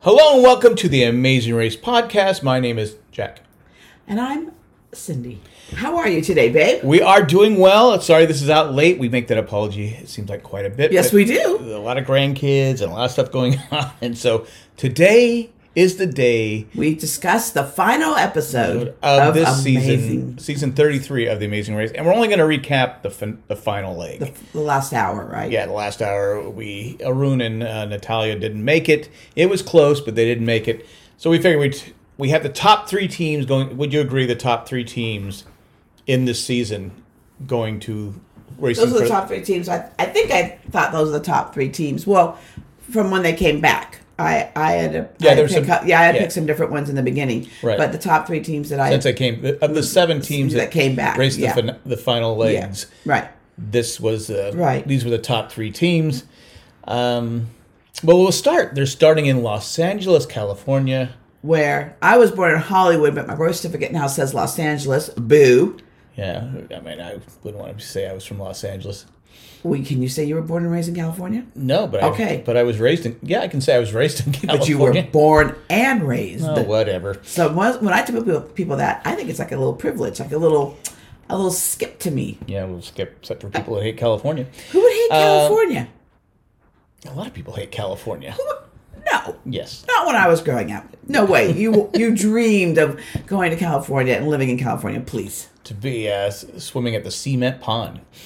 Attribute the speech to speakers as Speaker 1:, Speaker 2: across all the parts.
Speaker 1: Hello and welcome to the Amazing Race podcast. My name is Jack.
Speaker 2: And I'm Cindy. How are you today, babe?
Speaker 1: We are doing well. Sorry this is out late. We make that apology. It seems like quite a bit.
Speaker 2: Yes,
Speaker 1: but
Speaker 2: we do.
Speaker 1: A lot of grandkids and a lot of stuff going on. And so today is the day
Speaker 2: We discussed the final episode
Speaker 1: of, this season, season 33 of the Amazing Race. And we're only going to recap the, fin- the final leg.
Speaker 2: The last hour, right?
Speaker 1: yeah, the last hour, we Arun and uh, Natalia didn't make it. It was close, but they didn't make it. So we figured we t- we have the top three teams going. Would you agree the top three teams in this season going to racing?
Speaker 2: Those are the
Speaker 1: for-
Speaker 2: top three teams. I, I think I thought those are the top three teams. Well, from when they came back. I, I had a
Speaker 1: Yeah,
Speaker 2: I had
Speaker 1: there's
Speaker 2: pick
Speaker 1: some-
Speaker 2: up- yeah I had
Speaker 1: yeah.
Speaker 2: picked some different ones in the beginning,
Speaker 1: Right.
Speaker 2: but the top three teams that I
Speaker 1: Since I came of the seven teams
Speaker 2: that came back,
Speaker 1: raced
Speaker 2: yeah.
Speaker 1: the, fin- the final
Speaker 2: yeah,
Speaker 1: legs.
Speaker 2: right
Speaker 1: This was uh,
Speaker 2: Right.
Speaker 1: These were the top three teams. Um, well, we'll start. They're starting in Los Angeles, California.
Speaker 2: where I was born in Hollywood, but my birth certificate now says Los Angeles. Boo!
Speaker 1: Yeah, I mean, I wouldn't want to say I was from Los Angeles.
Speaker 2: We can you say you were born and raised in California?
Speaker 1: No, but I,
Speaker 2: Okay.
Speaker 1: but I was raised in. Yeah, I can say I was raised in California.
Speaker 2: But you were born and raised.
Speaker 1: Oh, whatever.
Speaker 2: So when, when I tell people, people that, I think it's like a little privilege, like a little, a little skip to me. Um,
Speaker 1: Yeah, we'll skip. Except for people that hate California,
Speaker 2: Who would hate California?
Speaker 1: a lot of people hate California.
Speaker 2: No,
Speaker 1: Yes,
Speaker 2: not when I was growing up. No way. You you dreamed of going to California and living in California, please.
Speaker 1: to be uh, s- swimming at the cement pond.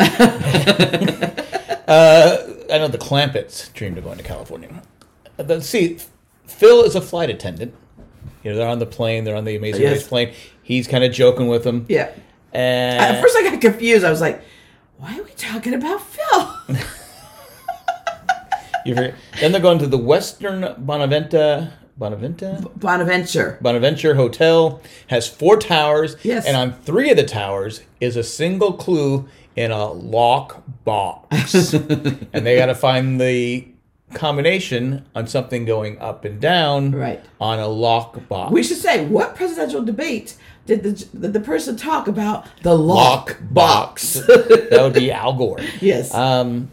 Speaker 1: uh, I know the Clampets dreamed of going to California. Uh, But see, Phil is a flight attendant. You know, they're on the plane. They're on the Amazing
Speaker 2: Yes.
Speaker 1: Race plane. He's kind of joking with them.
Speaker 2: Yeah.
Speaker 1: And
Speaker 2: At first, I got confused. I was like, why are we talking about Phil?
Speaker 1: you forget- then they're going to the Western Bonaventa. Bonaventa.
Speaker 2: Bonaventure.
Speaker 1: Bonaventure Hotel has four towers.
Speaker 2: Yes.
Speaker 1: And on three of the towers is a single clue in a lock box. and they got to find the combination on something going up and down
Speaker 2: Right.
Speaker 1: on a lock box.
Speaker 2: We should say, what presidential debate did the, did the person talk about? The lock,
Speaker 1: lock box. that would be Al Gore.
Speaker 2: Yes.
Speaker 1: Um,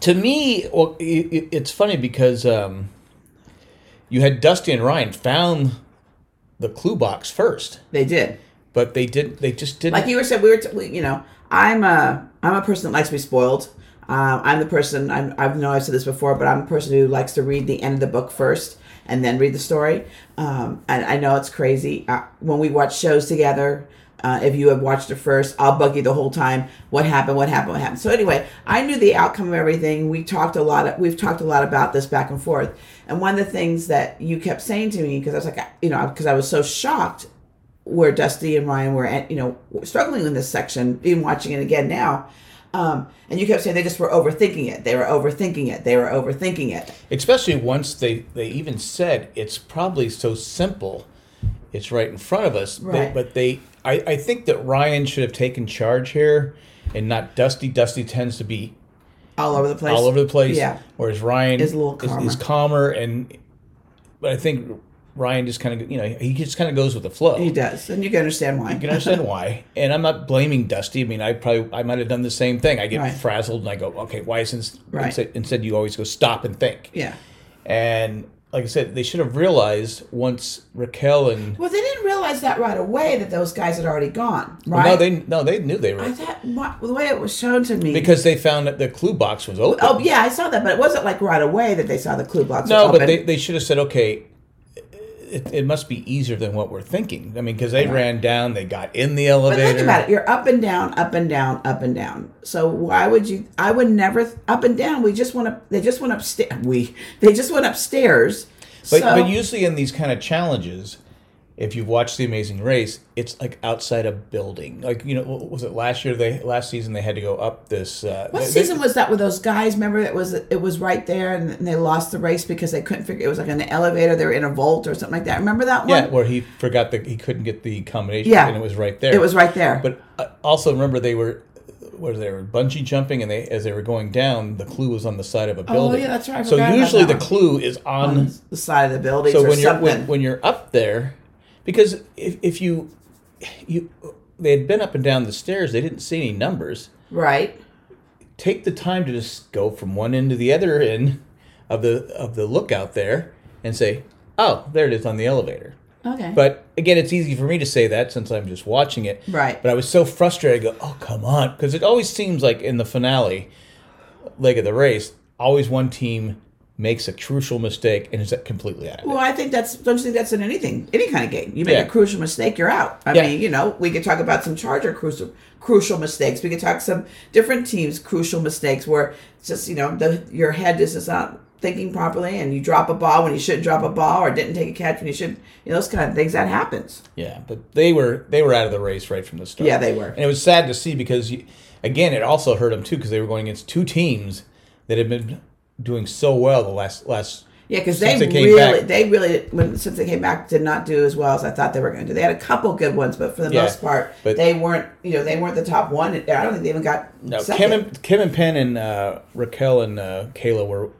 Speaker 1: to me, well, i i it's funny because um, you had Dusty and Ryan found the clue box first.
Speaker 2: they did.
Speaker 1: But they did. They just didn't.
Speaker 2: like you were said we were t- we, you know i'm a i'm a person that likes to be spoiled um, i'm the person I'm, i know i've said this before but i'm the person who likes to read the end of the book first and then read the story um, and i know it's crazy uh, when we watch shows together uh, if you have watched it first i'll bug you the whole time what happened what happened what happened so anyway i knew the outcome of everything we talked a lot we've talked a lot about this back and forth and one of the things that you kept saying to me because i was like you know because i was so shocked where Dusty and Ryan were, at, you know, struggling in this section, even watching it again now. Um, and you kept saying they just were overthinking it. They were overthinking it. They were overthinking it.
Speaker 1: especially once they they even said it's probably so simple it's right in front of us They-
Speaker 2: Right.
Speaker 1: but they I, I think that ryan should have taken charge here and not dusty dusty tends to be
Speaker 2: All over the place.
Speaker 1: all over the place
Speaker 2: Yeah.
Speaker 1: whereas ryan
Speaker 2: Is a little
Speaker 1: is, calmer and but i think ryan just kind of you know he just kind of goes with the flow
Speaker 2: He does. And you can understand why.
Speaker 1: you can understand why. And I'm not blaming Dusty. I mean, I probably I might have done the same thing. I get
Speaker 2: Right.
Speaker 1: frazzled and I go, okay, why isn't
Speaker 2: Right.
Speaker 1: instead, instead you always go stop and think.
Speaker 2: Yeah.
Speaker 1: And like I said, they should have realized once Raquel and
Speaker 2: Well, they didn't realize that right away that those guys had already gone, right?
Speaker 1: no, they no, they knew they were
Speaker 2: I thought, my, the way it was shown to me.
Speaker 1: because they found that the clue box was open.
Speaker 2: oh, yeah, I saw that, but it wasn't like right away that they saw the clue blocks.
Speaker 1: no,
Speaker 2: were
Speaker 1: but
Speaker 2: open.
Speaker 1: they, they should have said, okay, it, it must be easier than what we're thinking. I mean, because they ran down, they got in the
Speaker 2: But
Speaker 1: elevator.
Speaker 2: think about it. You're up and down, up and down, up and down. So why would you? I would never up and down. We just went up. They just went upstairs. We they just went upstairs.
Speaker 1: But,
Speaker 2: so,
Speaker 1: but usually in these kind of challenges, if you've watched The Amazing Race, it's like outside a building. Like you know, what was it last year? They last season they had to go up this. Uh,
Speaker 2: what
Speaker 1: they-
Speaker 2: season was that with those guys? Remember it was it was right there, and, they lost the race because they couldn't figure. It was like an elevator. They were in a vault or something like that. Remember that
Speaker 1: yeah,
Speaker 2: one?
Speaker 1: where he forgot that he couldn't get the combination.
Speaker 2: Yeah.
Speaker 1: and it was right there.
Speaker 2: it was right there.
Speaker 1: But uh, also remember they were where they were bungee jumping, and they as they were going down, the clue was on the side of a building.
Speaker 2: Oh, yeah, that's right. I
Speaker 1: So
Speaker 2: forgot about
Speaker 1: usually
Speaker 2: that
Speaker 1: the
Speaker 2: one.
Speaker 1: clue is on
Speaker 2: on the side of the building.
Speaker 1: so
Speaker 2: or
Speaker 1: when you're
Speaker 2: something.
Speaker 1: when, when you're up there because if, if you you they had been up and down the stairs they didn't see any numbers
Speaker 2: right.
Speaker 1: take the time to just go from one end to the other end of the of the lookout there and say oh, there it is on the elevator.
Speaker 2: Okay.
Speaker 1: But again, it's easy for me to say that since I'm just watching it.
Speaker 2: Right.
Speaker 1: But I was so frustrated. I go, oh, come on. Because it always seems like in the finale leg of the race, always one team makes a crucial mistake and is completely out of it.
Speaker 2: well, I think that's don't you think that's in anything, any kind of game. You make
Speaker 1: Yeah.
Speaker 2: a crucial mistake, you're out. I
Speaker 1: Yeah.
Speaker 2: mean, you know, we could talk about some Charger crucial crucial mistakes. We could talk some different teams crucial mistakes where it's just you know the your head is just not thinking properly and you drop a ball when you shouldn't drop a ball or didn't take a catch when you should. You know, those kind of things that happens.
Speaker 1: Yeah, but they were they were out of the race right from the start.
Speaker 2: Yeah, they were.
Speaker 1: and it was sad to see because you, again, it also hurt them too because they were going against two teams that had been doing so well the last last.
Speaker 2: Yeah, because they,
Speaker 1: Since they came
Speaker 2: really,
Speaker 1: back.
Speaker 2: they really, when since they came back, did not do as well as I thought they were going to. do. They had a couple good ones, but for the
Speaker 1: Yeah,
Speaker 2: most part,
Speaker 1: but-
Speaker 2: they weren't. You know, they weren't the top one. I don't think they even got.
Speaker 1: No,
Speaker 2: second.
Speaker 1: Kim and, Kim and Penn and uh, Raquel and uh, Kayla were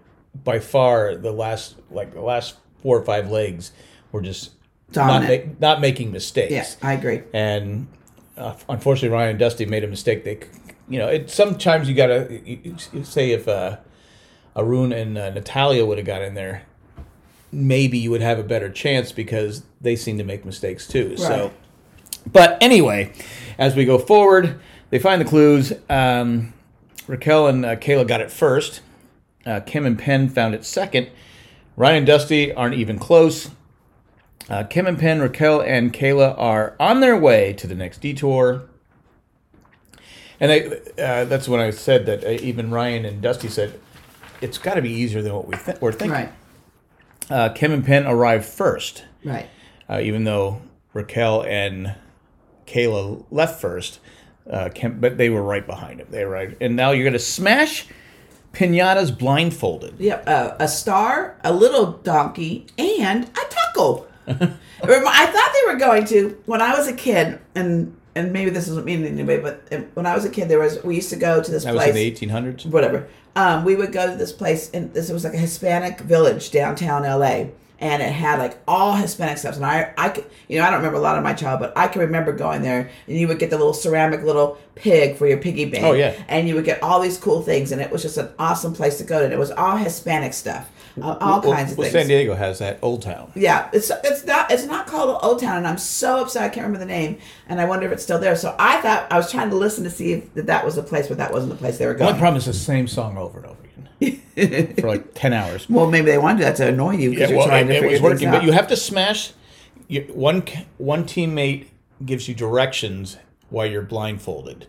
Speaker 1: by far the last like the last four or five legs were just not,
Speaker 2: Dominant.
Speaker 1: ma- not making mistakes.
Speaker 2: Yeah, I agree.
Speaker 1: and uh, unfortunately Ryan and Dusty made a mistake. They, c- you know, it sometimes you gotta you, you- you say if uh, Arun and uh, Natalia would have got in there, maybe you would have a better chance because they seem to make mistakes too.
Speaker 2: Right.
Speaker 1: So, but anyway, as we go forward, they find the clues. Um, Raquel and uh, Kayla got it first. Uh, Kim and Penn found it second. Ryan and Dusty aren't even close. Uh, Kim and Penn, Raquel and Kayla are on their way to the next detour. And they, uh, that's when I said that uh, even Ryan and Dusty said, it's got to be easier than what we th- we're thinking.
Speaker 2: Right,
Speaker 1: Uh, Kim and Penn arrived first,
Speaker 2: right.
Speaker 1: uh, even though Raquel and Kayla left first. Uh, Kim, but they were right behind him. They arrived, and now you're going to smash pinatas blindfolded.
Speaker 2: Yep, uh, a star, a little donkey, and a taco. Remi- I thought they were going to when I was a kid, and and maybe this doesn't mean anybody, but uh, when I was a kid, there was we used to go to this
Speaker 1: That was
Speaker 2: place.
Speaker 1: in the 1800s.
Speaker 2: whatever. Um, we would go to this place, and this was like a Hispanic village downtown LA, and it had like all Hispanic stuff. And I, I, could, you know, I don't remember a lot of my childhood, but I can remember going there, and you would get the little ceramic little pig for your piggy bank.
Speaker 1: Oh, yeah.
Speaker 2: and you would get all these cool things, and it was just an awesome place to go to. And it was all Hispanic stuff, uh, all
Speaker 1: Well,
Speaker 2: kinds of
Speaker 1: well,
Speaker 2: things.
Speaker 1: San Diego has that old town.
Speaker 2: Yeah, it's it's not it's not called Old Town, and I'm so upset I can't remember the name, and I wonder if it's still there. So I thought I was trying to listen to see if that, that was the place, but that wasn't the place they were
Speaker 1: My
Speaker 2: going.
Speaker 1: problem is the same song over and over again for like 10 hours.
Speaker 2: Well, maybe they wanted that to annoy you because
Speaker 1: Yeah,
Speaker 2: you're
Speaker 1: well,
Speaker 2: trying
Speaker 1: it,
Speaker 2: to
Speaker 1: it
Speaker 2: figure
Speaker 1: was
Speaker 2: things
Speaker 1: working,
Speaker 2: out.
Speaker 1: but you have to smash. You, one c- one teammate gives you directions while you're blindfolded,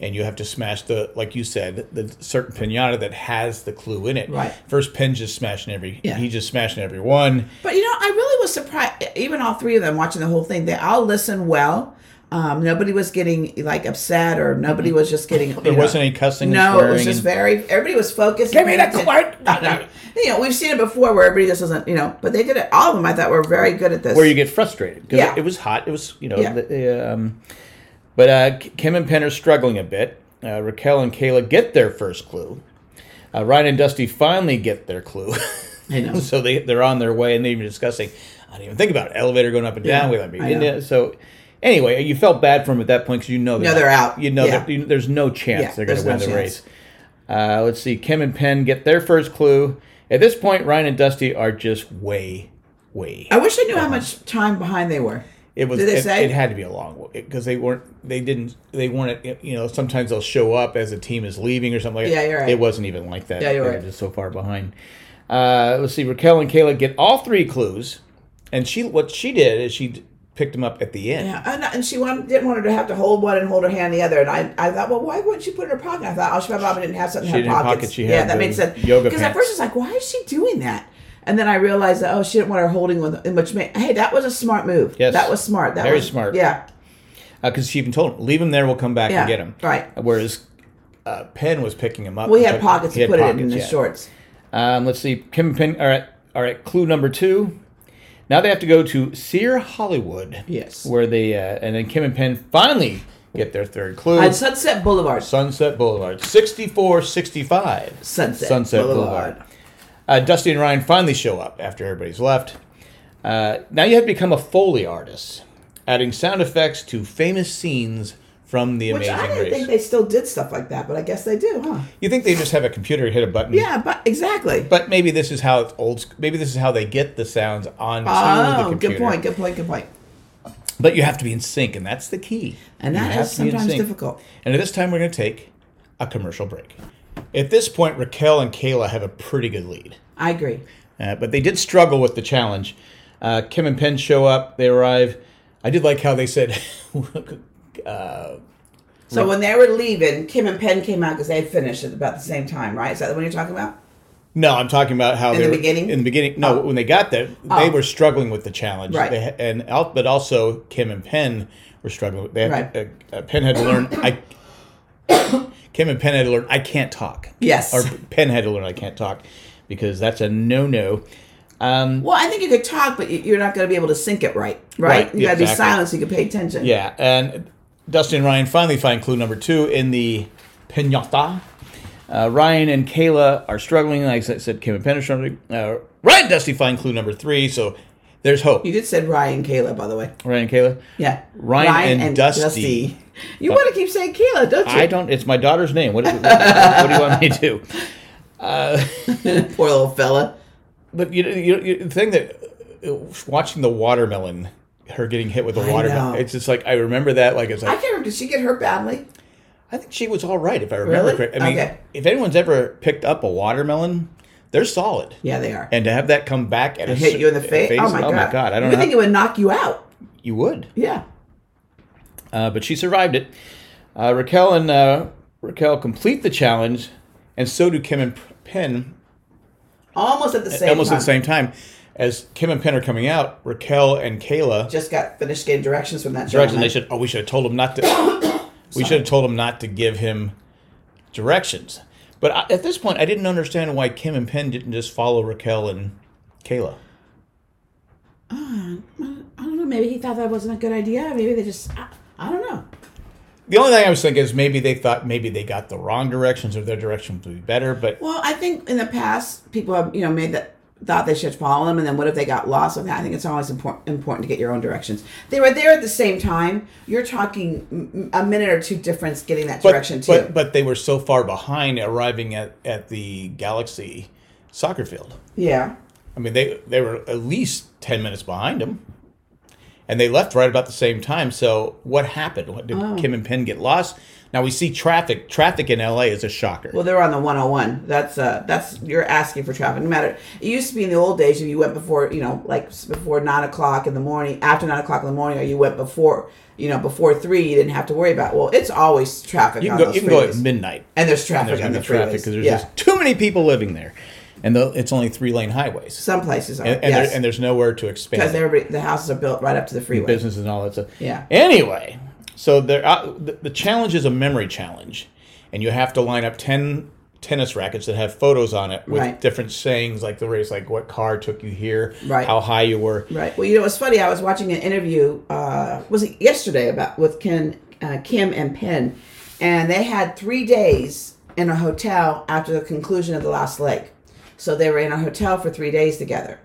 Speaker 1: and you have to smash the like you said the certain pinata that has the clue in it.
Speaker 2: Right.
Speaker 1: First, Penn just smashing every.
Speaker 2: Yeah.
Speaker 1: He just smashing every one.
Speaker 2: But you know, I really was surprised. Even all three of them watching the whole thing, they all listened well. Um, nobody was getting like upset, or nobody was just getting.
Speaker 1: Mm-hmm. There wasn't any cussing. and
Speaker 2: No, it was
Speaker 1: swearing
Speaker 2: just
Speaker 1: and-
Speaker 2: very. Everybody was focused.
Speaker 1: Give me the
Speaker 2: card.
Speaker 1: card!
Speaker 2: you know, we've seen it before where everybody just doesn't. You know, but they did it. All of them, I thought, were very good at this.
Speaker 1: where you get frustrated because
Speaker 2: Yeah.
Speaker 1: it was hot. It was you know,
Speaker 2: Yeah.
Speaker 1: the, um, but uh, K- Kim and Penn are struggling a bit. Uh, Raquel and Kayla get their first clue. Uh, Ryan and Dusty finally get their clue.
Speaker 2: I know.
Speaker 1: so they they're on their way, and they're even discussing. I didn't even think about it. elevator going up and down. We might be
Speaker 2: I
Speaker 1: in
Speaker 2: know.
Speaker 1: it." So anyway, you felt bad for them at that point because you know they're,
Speaker 2: No, they're out.
Speaker 1: You know
Speaker 2: Yeah.
Speaker 1: that you, there's no chance
Speaker 2: Yeah,
Speaker 1: they're going
Speaker 2: there's
Speaker 1: to
Speaker 2: no
Speaker 1: win the race.
Speaker 2: chance.
Speaker 1: Uh, let's see. Kim and Penn get their first clue. At this point, Ryan and Dusty are just way, way
Speaker 2: I wish I knew how much time behind they were.
Speaker 1: it was.
Speaker 2: Did they
Speaker 1: it,
Speaker 2: say?
Speaker 1: it had to be a long because they weren't. They didn't. They weren't. You know, sometimes they'll show up as a team is leaving or something. like
Speaker 2: Yeah,
Speaker 1: that.
Speaker 2: you're right.
Speaker 1: It wasn't even like that.
Speaker 2: Yeah, you're
Speaker 1: They were
Speaker 2: right.
Speaker 1: Just so far behind. Uh, let's see. Raquel and Kayla get all three clues, and she what she did is she d- picked them up at the end.
Speaker 2: Yeah, and, and she wanted, didn't want her to have to hold one and hold her hand the other. And I, I thought, well, why wouldn't she put it in her pocket? I thought, oh, she probably didn't have something
Speaker 1: She
Speaker 2: in her
Speaker 1: didn't have
Speaker 2: pockets.
Speaker 1: pockets, she
Speaker 2: yeah,
Speaker 1: had
Speaker 2: that
Speaker 1: the
Speaker 2: makes sense.
Speaker 1: yoga
Speaker 2: Because at
Speaker 1: pants.
Speaker 2: first it's like, why is she doing that? And then I realized that, oh, she didn't want her holding one, which made, hey, that was a smart move.
Speaker 1: Yes.
Speaker 2: That was smart. That
Speaker 1: Very
Speaker 2: was,
Speaker 1: smart.
Speaker 2: Yeah.
Speaker 1: Because Uh, she even told him, "Leave them there. We'll come back
Speaker 2: Yeah,
Speaker 1: and get them."
Speaker 2: right.
Speaker 1: Whereas uh, Penn was picking them up.
Speaker 2: We
Speaker 1: and
Speaker 2: had
Speaker 1: put-
Speaker 2: pockets
Speaker 1: he
Speaker 2: to
Speaker 1: had
Speaker 2: put it in
Speaker 1: pockets,
Speaker 2: the
Speaker 1: yeah.
Speaker 2: shorts.
Speaker 1: Um, let's see. Kim and Penn are at, are at clue number two. Now they have to go to Sear Hollywood.
Speaker 2: Yes.
Speaker 1: Where they, uh, and then Kim and Penn finally get their third clue.
Speaker 2: On Sunset Boulevard.
Speaker 1: Sunset Boulevard. 6465.
Speaker 2: Sunset
Speaker 1: Sunset
Speaker 2: Boulevard.
Speaker 1: Boulevard. Uh, Dusty and Ryan finally show up after everybody's left. Uh, now you have to become a Foley artist, adding sound effects to famous scenes from the
Speaker 2: Which I
Speaker 1: Amazing
Speaker 2: didn't
Speaker 1: Race.
Speaker 2: think they still did stuff like that, but I guess they do, huh?
Speaker 1: you think they just have a computer hit a button?
Speaker 2: Yeah, but exactly.
Speaker 1: But maybe this is how it's old. sc- Maybe this is how they get the sounds onto the
Speaker 2: oh,
Speaker 1: computer.
Speaker 2: good point. Good point. Good point.
Speaker 1: But you have to be in sync, and that's the key.
Speaker 2: And
Speaker 1: You
Speaker 2: that
Speaker 1: have
Speaker 2: is
Speaker 1: to be in
Speaker 2: sometimes
Speaker 1: sync.
Speaker 2: difficult.
Speaker 1: And at this time, we're going to take a commercial break. At this point, Raquel and Kayla have a pretty good lead,
Speaker 2: I agree.
Speaker 1: uh, but they did struggle with the challenge. Uh, Kim and Penn show up. They arrive. I did like how they said, uh,
Speaker 2: So when they were leaving, Kim and Penn came out because they had finished at about the same time, right? Is that the one you're talking about?
Speaker 1: "No, I'm talking about how
Speaker 2: In
Speaker 1: they
Speaker 2: the
Speaker 1: were-
Speaker 2: beginning?
Speaker 1: In the beginning, no, when they got there, they
Speaker 2: Oh.
Speaker 1: were struggling with the challenge.
Speaker 2: Right.
Speaker 1: They, ha- and al- but also Kim and Penn were struggling. They had,
Speaker 2: Right.
Speaker 1: uh, uh, Penn had to learn. I Kim and Penn had to learn. I can't talk.
Speaker 2: Yes.
Speaker 1: or Penn had to learn I can't talk because that's a no no. Um,
Speaker 2: well, I think you could talk, but you- you're not going to be able to sync it right, right?
Speaker 1: Right,
Speaker 2: You got to be
Speaker 1: exactly.
Speaker 2: silent so you can pay attention.
Speaker 1: yeah, and Dustin and Ryan finally find clue number two in the pinata. Uh, Ryan and Kayla are struggling. Like I said, Kim and Penn are struggling. Uh, Ryan and Dusty find clue number three, so there's hope.
Speaker 2: You did said Ryan Kayla, by the way.
Speaker 1: Ryan and Kayla.
Speaker 2: Yeah.
Speaker 1: Ryan and Dusty. Uh,
Speaker 2: You want to keep saying Kayla, don't you?
Speaker 1: I don't. It's my daughter's name. What, what, what do you want me to do?
Speaker 2: Poor little fella.
Speaker 1: But you, you, you the thing that uh, watching the watermelon, her getting hit with the watermelon.
Speaker 2: know.
Speaker 1: It's just like I remember that. Like it's like
Speaker 2: I can't remember. Did she get hurt badly?
Speaker 1: I think she was all right, if I remember
Speaker 2: Really?
Speaker 1: correctly. I mean,
Speaker 2: Okay.
Speaker 1: if anyone's ever picked up a watermelon, they're solid.
Speaker 2: Yeah, they are.
Speaker 1: And to have that come back at a
Speaker 2: hit
Speaker 1: cer-
Speaker 2: you in the face. Oh my god!
Speaker 1: I don't know.
Speaker 2: you would
Speaker 1: how-
Speaker 2: think it would knock you out.
Speaker 1: you would,
Speaker 2: Yeah.
Speaker 1: uh, but she survived it. Uh, Raquel and uh, Raquel complete the challenge, and so do Kim and P- Penn,
Speaker 2: Almost at the same.
Speaker 1: almost
Speaker 2: time.
Speaker 1: at the same time. As Kim and Penn are coming out, Raquel and Kayla
Speaker 2: Just got finished getting directions from that.
Speaker 1: directions. They should.
Speaker 2: gentleman.
Speaker 1: Oh, we should have told him not to. we should have told him not to give him directions. But I, at this point, I didn't understand why Kim and Penn didn't just follow Raquel and Kayla.
Speaker 2: I don't know. Maybe he thought that wasn't a good idea. Maybe they just. I, I don't know.
Speaker 1: The only thing I was thinking is maybe they thought maybe they got the wrong directions or their directions would be better. But
Speaker 2: Well, I think in the past people have you know made that thought they should follow them, and then what if they got lost on that? I think it's always important important to get your own directions. They were there at the same time. You're talking mm, mm, a minute or two difference getting that
Speaker 1: but,
Speaker 2: direction too.
Speaker 1: but but they were so far behind arriving at at the Galaxy soccer field.
Speaker 2: yeah.
Speaker 1: I mean, they they were at least ten minutes behind him, and they left right about the same time. So what happened? What, did
Speaker 2: Oh.
Speaker 1: Kim and Penn get lost? Now we see traffic. Traffic in L.A. is a shocker.
Speaker 2: Well, they're on the 101. That's uh, that's you're asking for traffic. No matter. It used to be in the old days if you went before, you know, like s- before nine o'clock in the morning, after nine o'clock in the morning, or you went before, you know, before three, you didn't have to worry about. Well, it's always traffic
Speaker 1: you
Speaker 2: on
Speaker 1: can go.
Speaker 2: those
Speaker 1: You can go at
Speaker 2: freeways.
Speaker 1: midnight.
Speaker 2: and there's traffic
Speaker 1: There's
Speaker 2: on
Speaker 1: gonna
Speaker 2: the
Speaker 1: be traffic
Speaker 2: freeways.
Speaker 1: because there's
Speaker 2: yeah.
Speaker 1: just too many people living there, and the, it's only three lane highways.
Speaker 2: some places are
Speaker 1: and, and,
Speaker 2: yes
Speaker 1: there, and there's nowhere to expand.
Speaker 2: because everybody the houses are built right up to the freeway.
Speaker 1: business and all that stuff.
Speaker 2: Yeah.
Speaker 1: Anyway, so there, uh, the, the challenge is a memory challenge, and you have to line up ten tennis rackets that have photos on it with
Speaker 2: Right.
Speaker 1: different sayings like the race, like what car took you here,
Speaker 2: Right.
Speaker 1: how high you were.
Speaker 2: Right. Well, you know, it's funny. I was watching an interview. Uh, was it yesterday about with Ken, uh, Kim and Penn, and they had three days in a hotel after the conclusion of the last leg. So they were in a hotel for three days together,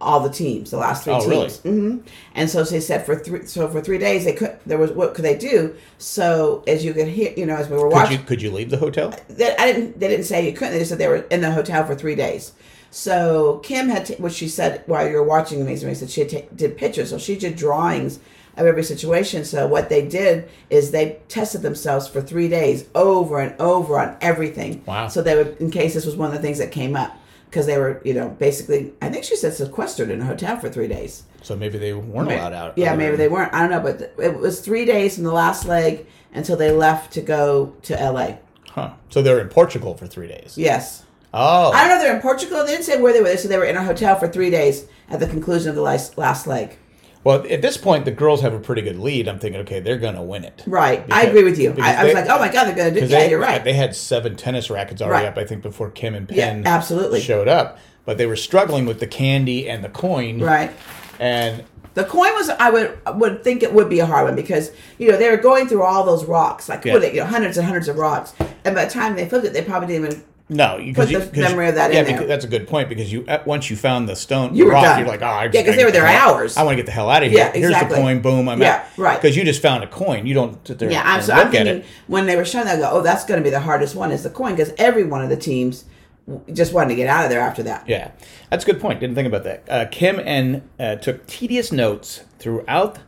Speaker 2: all the teams, the last three
Speaker 1: Oh, really?
Speaker 2: teams. hmm And so they said for three. So for three days they could. There was what could they do? So as you could hear, you know, as we were
Speaker 1: Could
Speaker 2: watching,
Speaker 1: you could you leave the hotel?
Speaker 2: they, I didn't. They didn't say you couldn't. They just said they were in the hotel for three days. So Kim had, t- which she said while you were watching Amazing Race, that she had ta did pictures. So she did drawings of every situation. So what they did is they tested themselves for three days, over and over on everything.
Speaker 1: Wow.
Speaker 2: So they would, in case this was one of the things that came up, because they were, you know, basically, I think she said sequestered in a hotel for three days.
Speaker 1: So maybe they weren't allowed out.
Speaker 2: Yeah, maybe they weren't. I don't know, but th- it was three days from the last leg until they left to go to L.A.
Speaker 1: Huh. So they were in Portugal for three days.
Speaker 2: Yes.
Speaker 1: Oh,
Speaker 2: I don't know if they're in Portugal. They didn't say where they were. They said they were in a hotel for three days at the conclusion of the last, last leg.
Speaker 1: well, at this point the girls have a pretty good lead. I'm thinking, okay, they're gonna win it.
Speaker 2: Right. I
Speaker 1: Because-
Speaker 2: agree with you.
Speaker 1: because
Speaker 2: I, I was
Speaker 1: they-
Speaker 2: like, oh my God, they're going to do
Speaker 1: Because
Speaker 2: Yeah,
Speaker 1: they,
Speaker 2: you're right.
Speaker 1: They had seven tennis rackets already
Speaker 2: Right.
Speaker 1: up, I think, before Kim and
Speaker 2: Yeah,
Speaker 1: Penn
Speaker 2: absolutely.
Speaker 1: showed up. But they were struggling with the candy and the coin.
Speaker 2: right.
Speaker 1: And
Speaker 2: The coin was, I would I would think it would be a hard one because, you know, they were going through all those rocks, like
Speaker 1: Yeah.
Speaker 2: what, you know, hundreds and hundreds of rocks. And by the time they flipped it, they probably didn't even
Speaker 1: No, because
Speaker 2: Put the memory of that
Speaker 1: yeah,
Speaker 2: in there.
Speaker 1: becau- that's a good point because you uh, once you found the stone
Speaker 2: You were
Speaker 1: rock,
Speaker 2: done.
Speaker 1: you're like, oh, I
Speaker 2: Yeah,
Speaker 1: just
Speaker 2: 'cause
Speaker 1: gotta
Speaker 2: they were
Speaker 1: get the
Speaker 2: there
Speaker 1: hell-
Speaker 2: hours.
Speaker 1: I want to get the hell out of here.
Speaker 2: Yeah,
Speaker 1: Here's the
Speaker 2: exactly.
Speaker 1: coin. Boom, I'm
Speaker 2: Yeah,
Speaker 1: out.
Speaker 2: right.
Speaker 1: Because you just found a coin. You don't sit there
Speaker 2: Yeah, I'm,
Speaker 1: and
Speaker 2: so
Speaker 1: look
Speaker 2: I'm thinking
Speaker 1: at it.
Speaker 2: when they were showing, that, I go, "Oh, that's going to be the hardest one is the coin," because every one of the teams w- just wanted to get out of there after that.
Speaker 1: Yeah, that's a good point. Didn't think about that. Uh, Kim and uh, took tedious notes throughout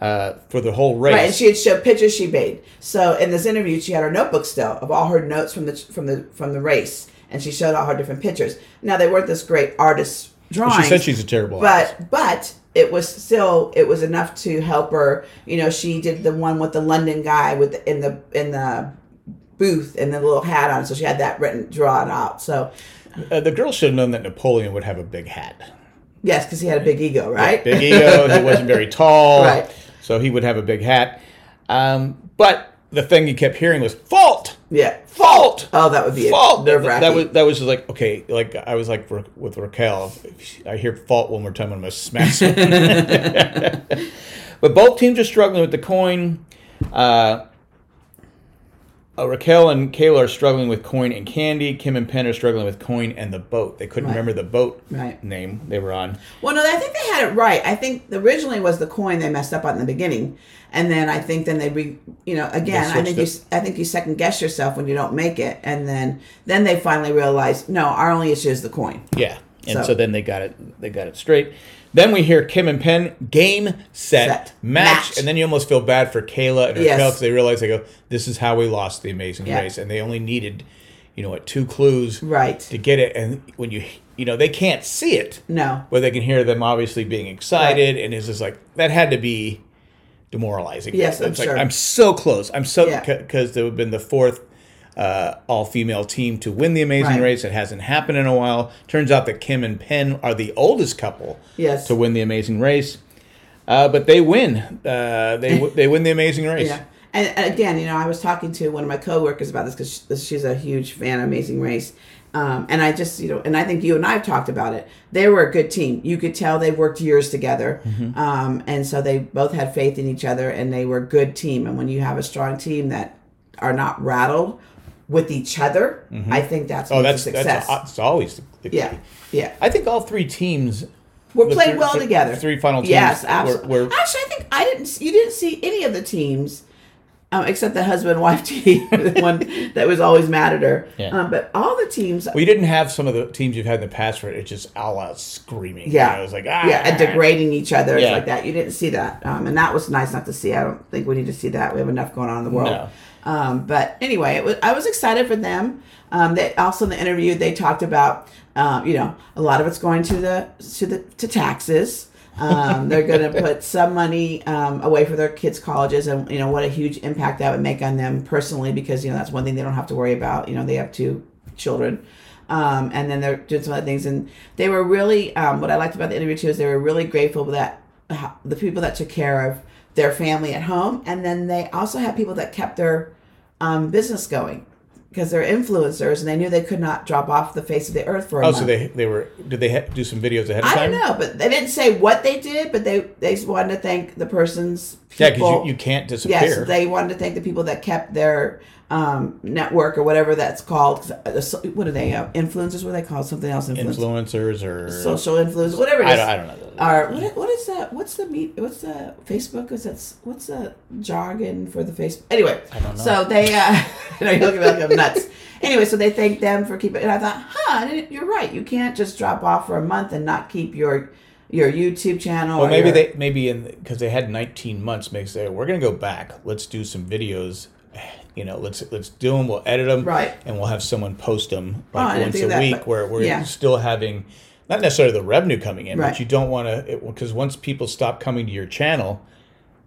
Speaker 1: uh, for the whole race.
Speaker 2: Right, and she had showed pictures she made. So in this interview, she had her notebook still of all her notes from the from the from the race, and she showed all her different pictures. Now they weren't this great artist drawing.
Speaker 1: she said she's a terrible artist.
Speaker 2: But but it was still it was enough to help her. You know, she did the one with the London guy with the, in the in the booth and the little hat on, so she had that written drawn out. So
Speaker 1: uh, the girl should have known that Napoleon would have a big hat.
Speaker 2: yes, because he had a big ego, right?
Speaker 1: big ego. he wasn't very tall,
Speaker 2: Right.
Speaker 1: so he would have a big hat. Um, but the thing you kept hearing was fault,
Speaker 2: yeah.
Speaker 1: fault.
Speaker 2: Oh, that would be
Speaker 1: fault. That,
Speaker 2: nerve-wracking.
Speaker 1: that was that was just like okay, like I was like Ra- with Raquel. if I hear fault one more time, I'm gonna smash. someone. but both teams are struggling with the coin. Uh, uh, Raquel and Kayla are struggling with coin and candy. Kim and Penn are struggling with coin and the boat. They couldn't
Speaker 2: Right.
Speaker 1: remember the boat
Speaker 2: Right.
Speaker 1: name they were on.
Speaker 2: Well, no, I think they had it right. I think originally was the coin they messed up on in the beginning, and then I think then they re, you know, again,
Speaker 1: They
Speaker 2: I think you,
Speaker 1: switched
Speaker 2: I think you second guess yourself when you don't make it, and then then they finally realized, no, our only issue is the coin.
Speaker 1: Yeah, and so,
Speaker 2: So-
Speaker 1: then they got it. They got it straight. Then we hear Kim and Penn game set,
Speaker 2: Set,
Speaker 1: match,
Speaker 2: match.
Speaker 1: and then you almost feel bad for Kayla and Raquel
Speaker 2: Yes.
Speaker 1: because they realize they go, "This is how we lost the Amazing
Speaker 2: Yeah.
Speaker 1: Race," and they only needed, you know, what two clues
Speaker 2: Right.
Speaker 1: to get it. And when you you know they can't see it,
Speaker 2: No.
Speaker 1: but they can hear them obviously being excited, and it's just like that had to be demoralizing.
Speaker 2: Yes, I'm
Speaker 1: It's like,
Speaker 2: sure.
Speaker 1: I'm so close. I'm so
Speaker 2: Yeah.
Speaker 1: because there would have been the fourth uh, all-female team to win the Amazing
Speaker 2: Right.
Speaker 1: Race. It hasn't happened in a while. Turns out that Kim and Penn are the oldest couple
Speaker 2: Yes.
Speaker 1: to win the Amazing Race, uh, but they win. Uh, they w- they win the Amazing Race.
Speaker 2: Yeah. And, and again, you know, I was talking to one of my coworkers about this because she's a huge fan of Amazing Race. Um, and I just, you know, and I think you and I have talked about it. They were a good team. You could tell they worked years together.
Speaker 1: Mm-hmm.
Speaker 2: Um, and so they both had faith in each other and they were a good team. And when you have a strong team that are not rattled with each other, I think that's,
Speaker 1: Oh, that's
Speaker 2: success.
Speaker 1: that's, that's always the, the key.
Speaker 2: yeah. Yeah.
Speaker 1: I think all three teams
Speaker 2: We're
Speaker 1: the
Speaker 2: played
Speaker 1: three-
Speaker 2: well
Speaker 1: th-
Speaker 2: together.
Speaker 1: three final teams
Speaker 2: Yes,
Speaker 1: were-
Speaker 2: absolutely.
Speaker 1: were-
Speaker 2: Actually, I think I didn't. You didn't see any of the teams, um, except the husband wife team, the one that was always mad at her.
Speaker 1: Yeah.
Speaker 2: Um, but all the teams, uh,
Speaker 1: Well, you didn't have some of the teams you've had in the past where it's just a la screaming. You
Speaker 2: yeah,
Speaker 1: know, it was like, ah.
Speaker 2: yeah, and degrading each other
Speaker 1: Yeah.
Speaker 2: it's like that. You didn't see that, um, and that was nice not to see. I don't think we need to see that. We have enough going on in the world.
Speaker 1: No.
Speaker 2: Um, but anyway, it was, I was excited for them. Um, they also in the interview they talked about, um, you know, a lot of it's going to the to the to taxes. Um, they're going to put some money um, away for their kids' colleges, and you know what a huge impact that would make on them personally because you know that's one thing they don't have to worry about. You know, they have two children. Um, and then they're doing some other things, and they were really. Um, what I liked about the interview too is they were really grateful that uh, the people that took care of their family at home, and then they also had people that kept their um, business going because they're influencers and they knew they could not drop off the face of the earth for a
Speaker 1: Oh,
Speaker 2: month.
Speaker 1: so they they were did they ha- do some videos ahead of
Speaker 2: I
Speaker 1: time?
Speaker 2: don't know, but they didn't say what they did, but they they wanted to thank the person's people.
Speaker 1: Yeah, because you, you can't disappear.
Speaker 2: Yes, they wanted to thank the people that kept their um, network or whatever that's called. Uh, so- What are they? Uh, influencers? What are they called? Something else? Influencers.
Speaker 1: Influencers or
Speaker 2: Social influencers. Whatever it is.
Speaker 1: I don't, I don't know.
Speaker 2: Or what, what is that? What's the meet? What's the Facebook? Is that s- what's the jargon for the Facebook? Anyway, I
Speaker 1: don't know.
Speaker 2: so they. Uh, you know, you're looking at me like I'm nuts. Anyway, so they thanked them for keeping. And I thought, huh? I didn't- You're right. You can't just drop off for a month and not keep your your YouTube channel.
Speaker 1: Well,
Speaker 2: or
Speaker 1: maybe
Speaker 2: your-
Speaker 1: they maybe in because they had 19 months. Maybe they we're gonna go back. Let's do some videos. You know, let's let's do them. We'll edit them,
Speaker 2: Right.
Speaker 1: And we'll have someone post them
Speaker 2: I
Speaker 1: like
Speaker 2: didn't
Speaker 1: once
Speaker 2: think
Speaker 1: a
Speaker 2: of that,
Speaker 1: week,
Speaker 2: but-
Speaker 1: where we're
Speaker 2: yeah.
Speaker 1: still having not necessarily the revenue coming in, but
Speaker 2: Right.
Speaker 1: you don't want to because once people stop coming to your channel,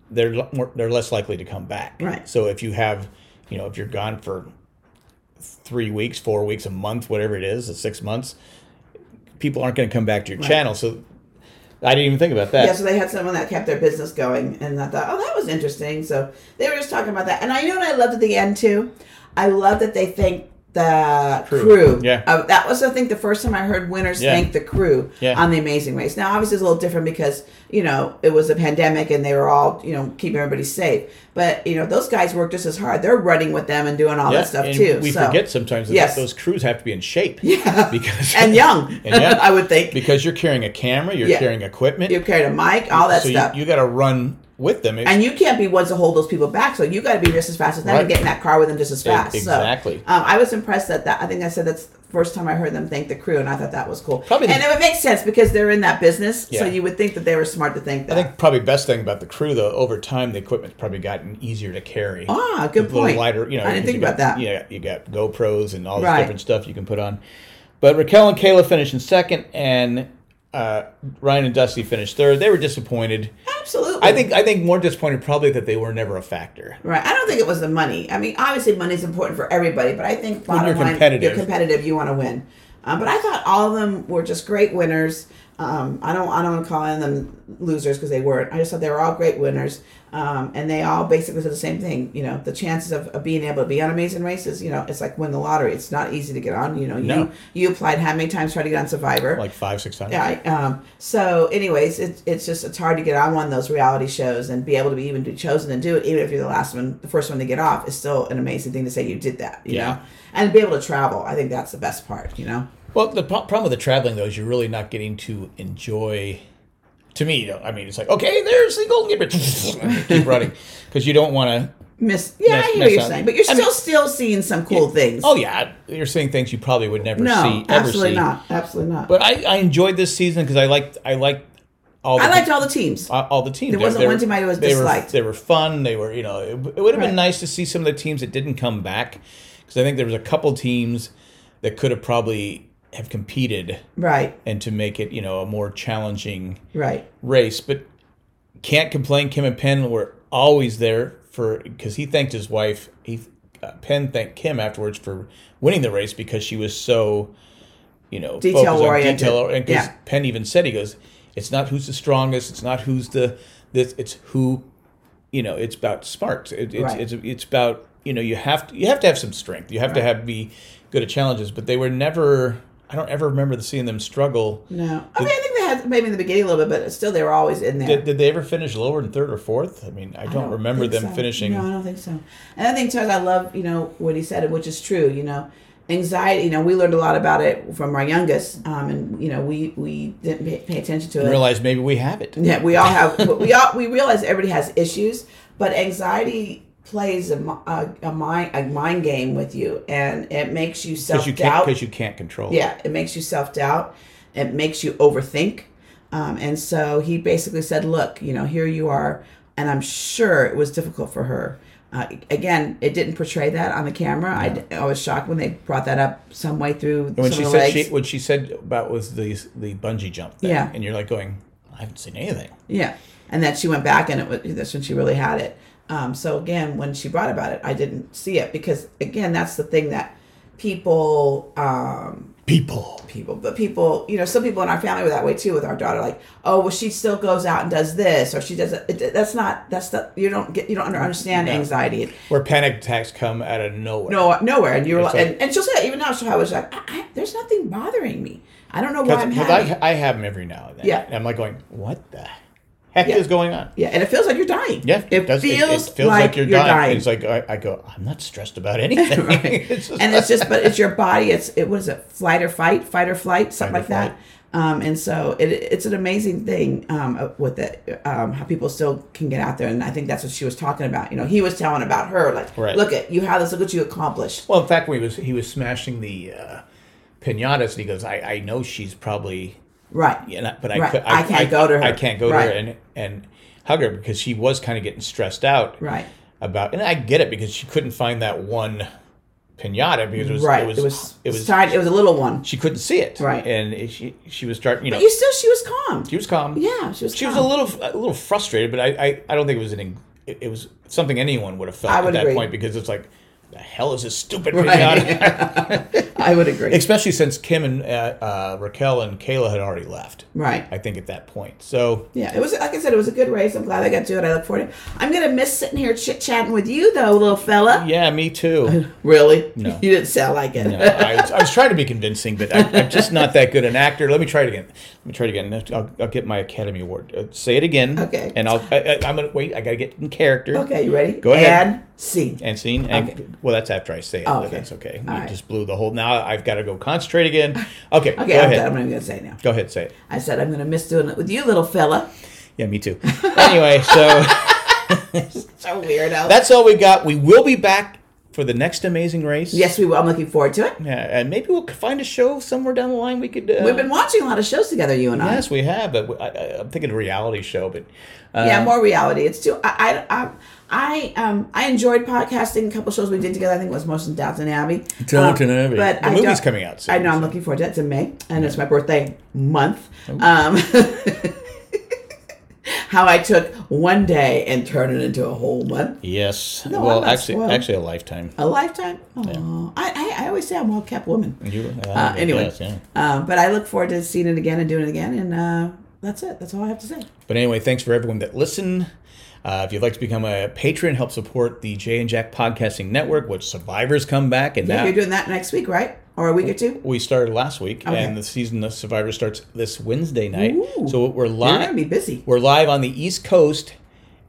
Speaker 1: they're l- more, they're less likely to come back.
Speaker 2: Right.
Speaker 1: So if you have, you know, if you're gone for three weeks, four weeks, a month, whatever it is, six months, people aren't going to come back to your channel. So I didn't even think about that.
Speaker 2: Yeah, so they had someone that kept their business going, and I thought, oh, that was interesting. So they were just talking about that, and I know what I loved at the end too. I love that they thanked the
Speaker 1: Crew.
Speaker 2: crew.
Speaker 1: Yeah.
Speaker 2: Uh, that was, I think, the first time I heard winners
Speaker 1: Yeah.
Speaker 2: thank the crew
Speaker 1: Yeah.
Speaker 2: on the Amazing Race. Now, obviously, it's a little different because you know it was a pandemic and they were all you know keeping everybody safe. But you know those guys work just as hard. They're running with them and doing all
Speaker 1: Yeah,
Speaker 2: that stuff
Speaker 1: and
Speaker 2: too.
Speaker 1: We
Speaker 2: so.
Speaker 1: forget sometimes that
Speaker 2: Yes.
Speaker 1: those crews have to be in shape.
Speaker 2: Yeah.
Speaker 1: Because
Speaker 2: and young,
Speaker 1: And young.
Speaker 2: I would think.
Speaker 1: because you're carrying a camera, you're
Speaker 2: Yeah.
Speaker 1: carrying equipment,
Speaker 2: you carried a mic, all that
Speaker 1: so
Speaker 2: stuff.
Speaker 1: you, you got to run with them. It's-
Speaker 2: and you can't be ones to hold those people back. So you got to be just as fast as them
Speaker 1: Right. E-
Speaker 2: and get in that car with them just as fast. So,
Speaker 1: exactly.
Speaker 2: um, I was impressed that that. I think I said that's the first time I heard them thank the crew, and I thought that was cool.
Speaker 1: Probably the-
Speaker 2: and it would make sense because they're in that business,
Speaker 1: Yeah.
Speaker 2: so you would think that they were smart to thank that.
Speaker 1: I think probably best thing about the crew though, over time the equipment's probably gotten easier to carry.
Speaker 2: Ah, good
Speaker 1: With a little
Speaker 2: point.
Speaker 1: Lighter, you know,
Speaker 2: I didn't
Speaker 1: 'cause
Speaker 2: think
Speaker 1: you
Speaker 2: about
Speaker 1: got-
Speaker 2: that.
Speaker 1: Yeah, you got GoPros and all this
Speaker 2: Right.
Speaker 1: different stuff you can put on. But Raquel and Kayla finished in second, and uh, Ryan and Dusty finished third. They were disappointed.
Speaker 2: Absolutely.
Speaker 1: I think I think more disappointed probably that they were never a factor.
Speaker 2: Right. I don't think it was the money. I mean, obviously, money's important for everybody, but I think bottom
Speaker 1: you're
Speaker 2: line,
Speaker 1: competitive.
Speaker 2: you're competitive, you want to win. Um, but I thought all of them were just great winners. Um, I don't, I don't want to call in them losers because they weren't. I just thought they were all great winners, um, and they all basically said the same thing. You know, the chances of, of being able to be on Amazing Races, you know, it's like win the lottery. It's not easy to get on. You know, you
Speaker 1: No.
Speaker 2: you applied how many times trying to get on Survivor?
Speaker 1: Like five, six times.
Speaker 2: Yeah. I- Um, so, anyways, it's it's just it's hard to get on one of those reality shows and be able to be even be chosen to do it, even if you're the last one, the first one to get off, is still an amazing thing to say you did that. You
Speaker 1: Yeah.
Speaker 2: know, and be able to travel. I think that's the best part. You know.
Speaker 1: Well, the pro- problem with the traveling though is you're really not getting to enjoy. To me, you know, I mean, it's like okay, there's the golden gate. Keep running because you don't want to
Speaker 2: Miss, yeah,
Speaker 1: Miss-
Speaker 2: I hear
Speaker 1: miss
Speaker 2: what you're
Speaker 1: out.
Speaker 2: saying, but you're
Speaker 1: I
Speaker 2: still still seeing some cool things.
Speaker 1: Oh yeah, you're seeing things you probably would never
Speaker 2: no,
Speaker 1: see, ever
Speaker 2: absolutely
Speaker 1: see.
Speaker 2: not, absolutely not.
Speaker 1: But I, I enjoyed this season because I liked I liked all the, uh,
Speaker 2: I liked all the teams.
Speaker 1: all, all the teams.
Speaker 2: There wasn't
Speaker 1: They-
Speaker 2: one team I was
Speaker 1: they were-
Speaker 2: disliked.
Speaker 1: They were fun. They were you know it, it would have been
Speaker 2: Right.
Speaker 1: nice to see some of the teams that didn't come back because I think there was a couple teams that could have probably have competed
Speaker 2: right,
Speaker 1: and to make it you know a more challenging
Speaker 2: right.
Speaker 1: race. But can't complain. Kim and Penn were always there for because he thanked his wife. He uh, Penn thanked Kim afterwards for winning the race because she was so, you know,
Speaker 2: Detail
Speaker 1: focused on
Speaker 2: oriented.
Speaker 1: detail- And because
Speaker 2: Yeah.
Speaker 1: Penn even said he goes, "It's not who's the strongest. It's not who's the this. It's who, you know. It's about sparks. It, it's,
Speaker 2: Right.
Speaker 1: it's it's about you know you have to you have to have some strength. You have to have be good at challenges. But they were never. I don't ever remember seeing them struggle.
Speaker 2: No, I mean, I think they had maybe in the beginning a little bit, but still they were always in there.
Speaker 1: Did, did they ever finish lower than third or fourth? I mean, I don't,
Speaker 2: don't
Speaker 1: remember
Speaker 2: think
Speaker 1: them
Speaker 2: so.
Speaker 1: finishing.
Speaker 2: No, I don't think so. And I think too, is I love you know what he said, which is true. You know, anxiety. You know, we learned a lot about it from our youngest, um, and you know, we we didn't pay, pay attention to it.
Speaker 1: realize maybe we have it.
Speaker 2: Yeah, we all have. but we all we realize everybody has issues, but anxiety plays a, mi- a, a mind a mind game with you, and it makes you self
Speaker 1: Because you can't
Speaker 2: doubt.
Speaker 1: because you can't control. it.
Speaker 2: Yeah, it makes you self doubt. It makes you overthink. Um, and so he basically said, "Look, you know, here you are," and I'm sure it was difficult for her. Uh, again, it didn't portray that on the camera. I d I I, was shocked when they brought that up some way through
Speaker 1: And when
Speaker 2: some
Speaker 1: she
Speaker 2: of the
Speaker 1: said
Speaker 2: legs.
Speaker 1: she when she said about was the the bungee jump thing.
Speaker 2: Yeah.
Speaker 1: And you're like going, I haven't seen anything.
Speaker 2: yeah, and that she went back and it was that's when she really had it. Um, so again, when she brought about it, I didn't see it because again, that's the thing that people um,
Speaker 1: People.
Speaker 2: people, but people, you know, some people in our family were that way too with our daughter. Like, oh, well, she still goes out and does this, or she does it. it that's not. That's the. You don't get. You don't under- understand anxiety.
Speaker 1: Where panic attacks come out of nowhere.
Speaker 2: No, nowhere. And you're
Speaker 1: It's
Speaker 2: like,
Speaker 1: like-
Speaker 2: and, and she'll say that even now. She'll always like, I, I, there's nothing bothering me. I don't know why I'm
Speaker 1: Because
Speaker 2: having.
Speaker 1: I, I have them every now and then.
Speaker 2: Yeah.
Speaker 1: And I'm like going, what the heck
Speaker 2: Yeah.
Speaker 1: is going on?
Speaker 2: yeah, and it feels like you're dying.
Speaker 1: Yeah,
Speaker 2: it,
Speaker 1: does-
Speaker 2: feels, like, you're, dying.
Speaker 1: It's like I, I go, I'm not stressed about anything.
Speaker 2: Right.
Speaker 1: It's just-
Speaker 2: and it's just but it's your body it's it was it flight or fight fight or flight something
Speaker 1: Fight or
Speaker 2: like that um and so it, it's an amazing thing um with it um how people still can get out there and i think that's what she was talking about you know he was telling about her like
Speaker 1: Right.
Speaker 2: look at you have this look what you accomplished
Speaker 1: Well, in fact, when he was he was smashing the uh, pinatas, and he goes, "I, I know she's probably,
Speaker 2: right
Speaker 1: you know, but I,
Speaker 2: Right.
Speaker 1: could,
Speaker 2: I can't go to her."
Speaker 1: I can't go to
Speaker 2: Right.
Speaker 1: her and and hug her because she was kind of getting stressed out,
Speaker 2: Right.
Speaker 1: About and I get it because she couldn't find that one pinata because it was
Speaker 2: right
Speaker 1: it was
Speaker 2: it was
Speaker 1: it was-
Speaker 2: tiny- it was a little one
Speaker 1: she couldn't see it,
Speaker 2: Right.
Speaker 1: And it- she she was starting, you know,
Speaker 2: but you still she was calm
Speaker 1: she was calm,
Speaker 2: yeah she was
Speaker 1: She
Speaker 2: calm.
Speaker 1: was a little a little frustrated, but I I, I don't think it was an it, it was something anyone would have felt
Speaker 2: I
Speaker 1: at
Speaker 2: would
Speaker 1: that
Speaker 2: agree.
Speaker 1: point because it's like. the hell is this stupid periodic?
Speaker 2: Right. I would agree.
Speaker 1: Especially since Kim and uh, uh, Raquel and Kayla had already left.
Speaker 2: right.
Speaker 1: I think at that point. So
Speaker 2: Yeah, it was like I said, it was a good race. I'm glad I got to do it. I look forward to it. I'm gonna miss sitting here chit chatting with you though, little fella.
Speaker 1: yeah, me too.
Speaker 2: Really?
Speaker 1: No.
Speaker 2: You didn't sound like it.
Speaker 1: No, I, was, I was trying to be convincing, but I, I'm just not that good an actor. Let me try it again. Let me try it again. I'll, I'll get my Academy Award. Uh, say it again.
Speaker 2: Okay.
Speaker 1: And I'll. I, I, I'm gonna wait. I gotta get in character.
Speaker 2: Okay, you ready?
Speaker 1: Go ahead.
Speaker 2: And see.
Speaker 1: And scene. And, Well, that's after I say it.
Speaker 2: Oh,
Speaker 1: but
Speaker 2: okay.
Speaker 1: That's okay.
Speaker 2: All
Speaker 1: you
Speaker 2: right.
Speaker 1: just blew the whole. Now I've got to go concentrate again. Okay. go
Speaker 2: Okay, I'm
Speaker 1: ahead.
Speaker 2: done. I'm not even gonna say it now.
Speaker 1: Go ahead. Say it.
Speaker 2: I said I'm gonna miss doing it with you, little fella.
Speaker 1: Yeah, me too. anyway, so.
Speaker 2: So weirdo.
Speaker 1: That's all we got. We will be back for the next amazing race.
Speaker 2: yes, we will. I'm looking forward to it.
Speaker 1: Yeah, and maybe we'll find a show somewhere down the line we could. Uh,
Speaker 2: We've been watching a lot of shows together, you and I.
Speaker 1: Yes, we have, but I, I, I'm thinking a reality show. But uh,
Speaker 2: yeah, more reality. It's too. I I I, I um I enjoyed podcasting. A couple shows we did together. I think it was most in Downton Abbey.
Speaker 1: Downton
Speaker 2: Um,
Speaker 1: Abbey.
Speaker 2: But
Speaker 1: The
Speaker 2: I
Speaker 1: movie's
Speaker 2: don't-
Speaker 1: coming out soon,
Speaker 2: I know. I'm
Speaker 1: so. Oh.
Speaker 2: looking forward to it. It's in May, and it's my birthday month. Um, how I took one day and turned it into a whole month,
Speaker 1: yes,
Speaker 2: No, I'm
Speaker 1: well,
Speaker 2: not
Speaker 1: actually,
Speaker 2: spoiled.
Speaker 1: actually, a lifetime.
Speaker 2: a lifetime. Aw. I, I I always say I'm a well kept woman.
Speaker 1: You, uh,
Speaker 2: Uh, anyway,
Speaker 1: yes, yeah.
Speaker 2: um, but I look forward to seeing it again and doing it again, and uh, that's it. That's all I have to say.
Speaker 1: But anyway, thanks for everyone that listened. Uh, if you'd like to become a patron, help support the Jay and Jack Podcasting Network, which survivors come back, and
Speaker 2: Yeah,
Speaker 1: now
Speaker 2: you're doing that next week, right? Or a week or two?
Speaker 1: we started last week,
Speaker 2: Okay.
Speaker 1: and the season of Survivor starts this Wednesday night.
Speaker 2: Ooh.
Speaker 1: so we're
Speaker 2: You're
Speaker 1: live.
Speaker 2: gonna be busy.
Speaker 1: We're live on the East Coast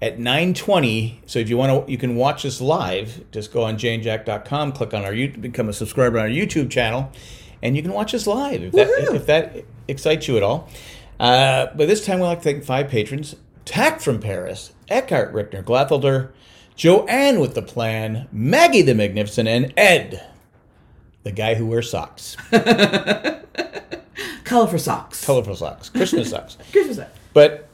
Speaker 1: at 9:20. So if you want to, you can watch us live. Just go on janejack.com, click on our YouTube, become a subscriber on our YouTube channel, and you can watch us live if that,
Speaker 2: Woohoo.
Speaker 1: if that excites you at all. Uh, but this time, we'd like to thank five patrons: Tack from Paris, Eckhart Richter Glathelder, Joanne with the Plan, Maggie the Magnificent, and Ed, the guy who wears socks,
Speaker 2: Colorful socks.
Speaker 1: colorful socks, Christmas socks.
Speaker 2: Christmas socks.
Speaker 1: But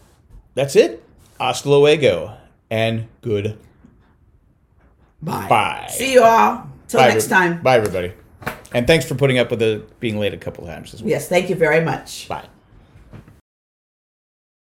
Speaker 1: that's it. Hasta luego and goodbye.
Speaker 2: Bye.
Speaker 1: Bye.
Speaker 2: See you all. Till
Speaker 1: Bye,
Speaker 2: next
Speaker 1: every-
Speaker 2: time.
Speaker 1: Bye, everybody. And thanks for putting up with the being late a couple times as well.
Speaker 2: Yes, thank you very much.
Speaker 1: Bye.